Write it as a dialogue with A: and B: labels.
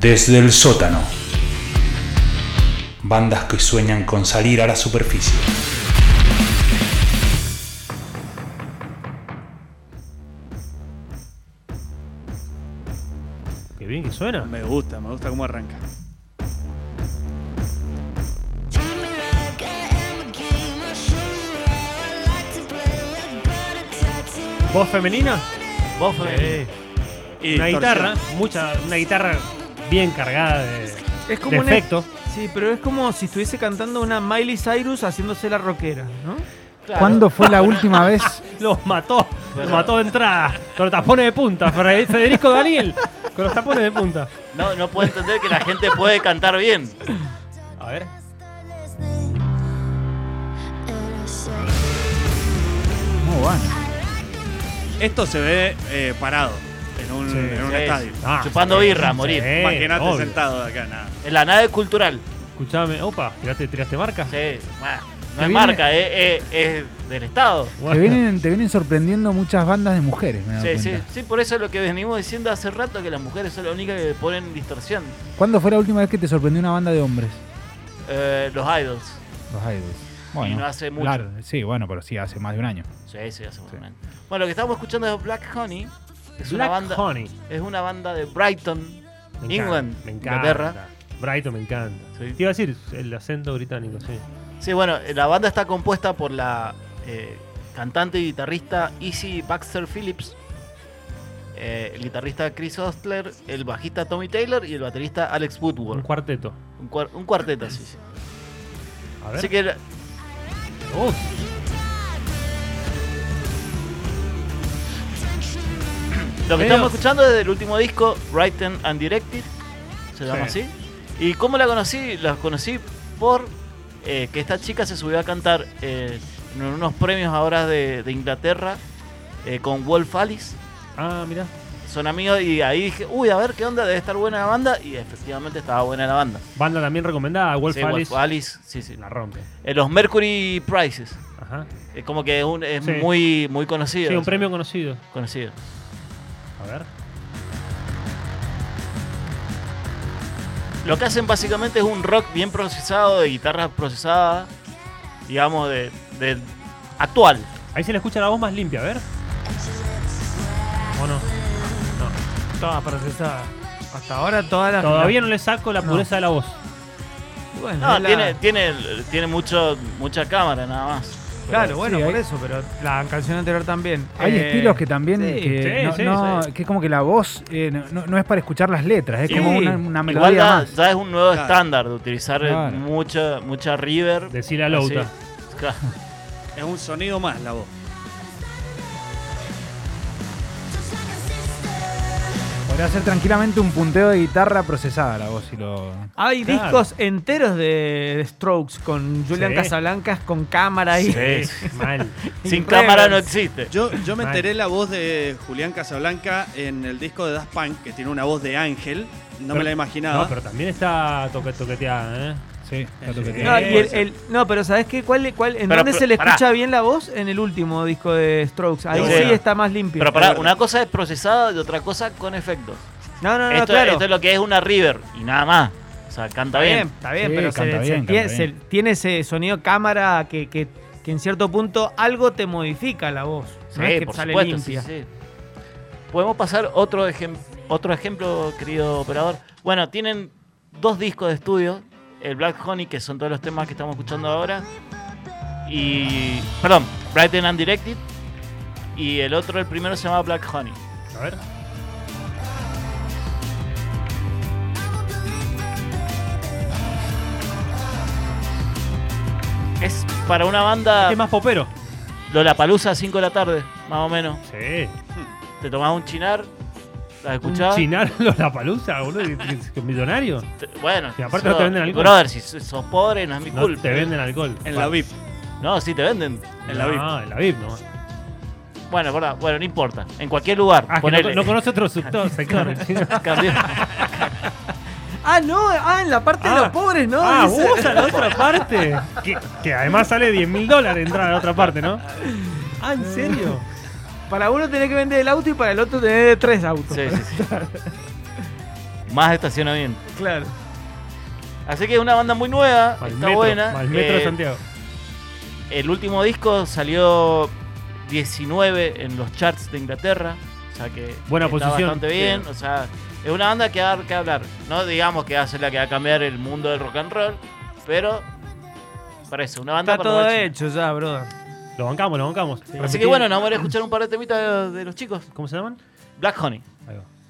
A: Desde el sótano. Bandas que sueñan con salir a la superficie.
B: Qué bien que suena.
C: Me gusta, me gusta cómo arranca.
B: ¿Voz femenina? Voz
C: femenina. Y
B: Una guitarra,
C: distorsión.
B: mucha, una guitarra bien cargada de,
D: Es como
B: de
D: una-
B: efectos.
D: Sí, pero es como si estuviese cantando una Miley Cyrus haciéndose la rockera, ¿no?
E: ¿Cuándo fue la última vez?
B: Los mató, los mató de entrada. Con los tapones de punta. Fre- Federico Daniel, con los tapones de punta.
F: No, no puedo entender que la gente puede cantar bien.
B: A ver.
E: Muy bueno.
C: Esto se ve eh, parado en un, en un
F: Sí,
C: estadio.
B: Ah,
F: Chupando
B: sí,
F: birra, a
B: sí,
F: morir.
C: Imagínate
B: obvio.
C: sentado de acá, nada.
F: En la nave cultural.
B: Escuchame, opa, tiraste, tiraste marca.
F: Sí, bueno,
E: Te
F: no es
E: viene-
F: marca, eh, eh, es del Estado.
E: Te
B: Bueno.
E: vienen, te vienen sorprendiendo muchas bandas de mujeres, me he dado
F: Sí, sí,
E: cuenta.
F: sí, por eso es lo que venimos diciendo hace rato, que las mujeres son las únicas que ponen distorsión.
E: ¿Cuándo fue la última vez que te sorprendió una banda de hombres?
F: Eh, los idols.
E: Los Idols.
F: y no hace mucho.
E: claro, sí, bueno, pero sí, hace más de un año.
F: Sí, sí, hace mucho. Bueno, lo que estamos escuchando es Black Honey. Es una
B: Black
F: banda.
B: Honey.
F: Es una banda de Brighton,
B: Me
F: England,
B: encanta, me encanta.
F: Inglaterra.
B: Brighton me encanta.
F: Sí.
B: Te iba a decir el acento británico, sí.
F: Sí, bueno, eh, la banda está compuesta por la eh, cantante y guitarrista Izzy Baxter Phillips, eh, el guitarrista Chris Ostler, el bajista Tommy Taylor y el baterista Alex
B: Un
F: Woodward.
B: cuarteto.
F: Un, cuar- un cuarteto, sí. sí.
B: A ver.
F: Así que la-
B: Oh,
F: lo que
B: Veo.
F: estamos escuchando es del último disco, Written and Directed, se llama
B: Sí.
F: así. ¿Y cómo la conocí? La conocí por eh, que esta chica se subió a cantar eh, en unos premios ahora de, de Inglaterra eh, con Wolf Alice.
B: ah, mirá.
F: son amigos y ahí dije, uy, a ver qué onda, debe estar buena la banda. Y efectivamente estaba buena la banda.
B: Banda también recomendada, Wolf
F: Sí,
B: Alice.
F: Alice, sí, sí.
B: La rompe.
F: Eh, los Mercury Prizes.
B: Ajá.
F: Es como que un- es
B: Sí.
F: muy, muy conocido.
B: Sí, un premio conocido.
F: Conocido.
B: A ver.
F: Lo que hacen básicamente es un rock bien procesado, de guitarra procesada, digamos, de, de actual.
B: Ahí se le escucha la voz más limpia, a ver. ¿O no? No.
D: Toda procesada. Hasta ahora todas las.
B: Todavía no le saco la
D: No.
B: pureza de la voz.
D: Bueno,
F: No,
D: es la-
F: tiene, tiene, tiene mucho, mucha cámara nada más.
D: Claro, bueno,
E: Sí,
D: por
E: hay-
D: eso, pero la canción anterior también.
E: Hay
D: Eh,
E: estilos que también.
D: sí,
E: que,
B: sí,
E: no,
B: sí,
E: no-
B: sí.
E: que es como que la voz eh, no, no- no es para escuchar las letras, es
D: Sí.
E: como una, una
F: Igual
E: melodía
F: ya,
E: más.
F: ya es un nuevo
C: Claro.
F: estándar de utilizar eh,
E: Claro.
F: mucha, mucha river.
B: Decirle a Louta.
F: Así. Claro.
C: Es un sonido más la voz.
E: Podría ser tranquilamente un punteo de guitarra procesada la voz si lo.
D: Hay
B: Claro.
D: discos enteros de de Strokes con Julian
B: Sí.
D: Casablancas con cámara ahí.
B: Sí, mal.
F: Sin
D: Reverb.
F: cámara no existe.
C: Yo, yo me
B: Mal.
C: enteré la voz de Julián Casablanca en el disco de Daft Punk, que tiene una voz de ángel. No me la imaginaba.
B: No, pero también está toque, toqueteada, ¿eh?
E: Sí, está lo que
C: Sí.
E: tiene.
D: No, y el-
C: Sí.
D: el- no, pero ¿sabés qué? ¿Cuál, cuál, ¿En
F: Pero,
D: dónde
F: pero,
D: se le
F: pará.
D: escucha bien la voz? En el último disco de Strokes. Ahí
C: Sí,
D: sí,
F: bueno.
D: está más limpio.
F: Pero pará,
C: verdad.
F: una cosa es procesada y otra cosa con efectos.
D: no, no, no,
F: esto,
D: Ah, claro.
F: esto es lo que es una River y nada más. O sea, canta
D: Está bien,
F: bien.
D: está bien,
E: Sí,
D: pero se,
E: canta
D: se
E: bien,
D: tiene,
E: canta
D: se-
E: bien.
D: tiene ese sonido cámara que, que- que en cierto punto algo te modifica la voz. no es que sale
F: sí,
D: limpia.
F: sí. Podemos pasar otro, ejem- otro ejemplo, querido operador. Bueno, tienen dos discos de estudio. El Black Honey, que son todos los temas que estamos escuchando ahora. Y... Perdón, Brighten and Directed. Y el otro, el primero, se llama Black Honey.
B: A ver.
F: Es para una banda
B: ¿Qué más popero?
F: Lollapalooza a 5 de la tarde, más o menos.
B: Sí.
F: Te tomás un chinar, la
B: Un
F: escuchás.
B: Chinar la palusa, boludo. que- que- que Millonario.
F: te- bueno,
B: Y aparte no te venden alcohol.
F: Brother, si so- sos pobre, no es mi
B: No
F: culpa.
B: te venden alcohol.
C: En la VIP.
F: No, sí te venden.
C: en la
B: No, en la VIP nomás.
F: Bueno, verdad, bueno, no importa. En cualquier lugar.
B: Ah, que no,
F: ponele.
B: no conoce otro sector. sector el chino.
F: Cambió.
D: Ah, no, ah, en la parte de
B: Ah.
D: los pobres, ¿no?
B: ah,
D: Dice.
B: vos a la otra parte. que, que además sale 10 mil dólares entrar a la otra parte, ¿no? Ah, ¿en serio?
D: Para uno tenés que vender el auto y para el otro tenés tres autos.
F: Sí, sí, sí. Más estacionamiento.
D: Claro.
F: Así que es una banda muy nueva,
B: Para el
F: está
B: metro,
F: buena.
B: para el metro de
F: Eh,
B: Santiago.
F: El último disco salió 19 en los charts de Inglaterra. O sea que
B: Buena
F: está
B: posición.
F: bastante bien. O sea, es una banda que va a dar que hablar. No digamos que va a ser la que va a cambiar el mundo del rock and roll, pero parece una banda
D: Está
F: para
D: todo
F: moverse.
D: hecho ya, brother.
B: Lo bancamos, lo bancamos.
F: Así
B: Repetí-
F: que bueno, nos vamos a ir a escuchar un par de temitas de, de los chicos.
B: ¿Cómo se llaman?
F: Black Honey.
B: Ahí va.